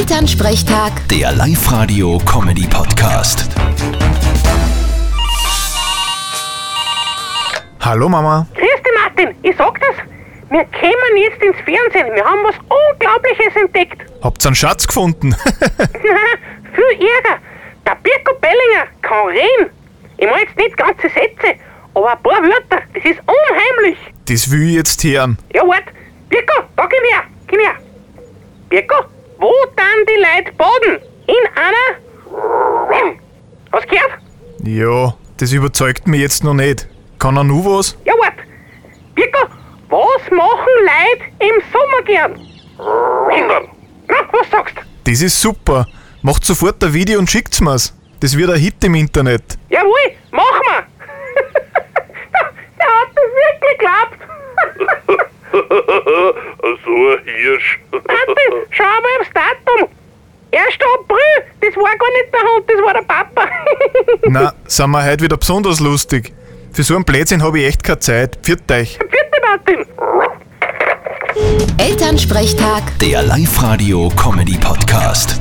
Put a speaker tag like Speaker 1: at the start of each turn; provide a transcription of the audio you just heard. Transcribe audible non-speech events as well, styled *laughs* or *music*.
Speaker 1: Elternsprechtag,
Speaker 2: Der Live-Radio-Comedy-Podcast.
Speaker 3: Hallo Mama.
Speaker 4: Grüß dich, Martin. Ich sag das. Wir kämen jetzt ins Fernsehen. Wir haben was Unglaubliches entdeckt. *laughs*
Speaker 3: Habt's einen Schatz gefunden? *laughs*
Speaker 4: Viel Ärger. Der Birko Bellinger kann reden. Ich meine jetzt nicht ganze Sätze, aber ein paar Wörter. Das ist unheimlich.
Speaker 3: das will ich jetzt hören.
Speaker 4: Ja, wart. Birko, da komm her. Komm her. Birko, wo dann die Leute baden? In einer... Hast du gehört?
Speaker 3: Ja, das überzeugt mich jetzt noch nicht. Kann er nur was?
Speaker 4: Ja, wart. Birko, was machen Leute im Sommer gern? Na, was sagst du?
Speaker 3: Das ist super. Macht sofort ein Video und schickt's mir's. Das wird ein Hit im Internet.
Speaker 4: Jawohl, mach mal! *laughs* Der hat das wirklich geglaubt! *laughs*
Speaker 5: so ein Hirsch.
Speaker 4: Martin, schau mal aufs Datum! 1. April, das war gar nicht der Hund, das war der Papa! *laughs*
Speaker 3: Na, sind wir heute wieder besonders lustig. Für so einen Blödsinn habe ich echt keine Zeit. Pfiat euch.
Speaker 4: Bitte, Martin!
Speaker 1: Elternsprechtag.
Speaker 2: Der Live-Radio-Comedy-Podcast.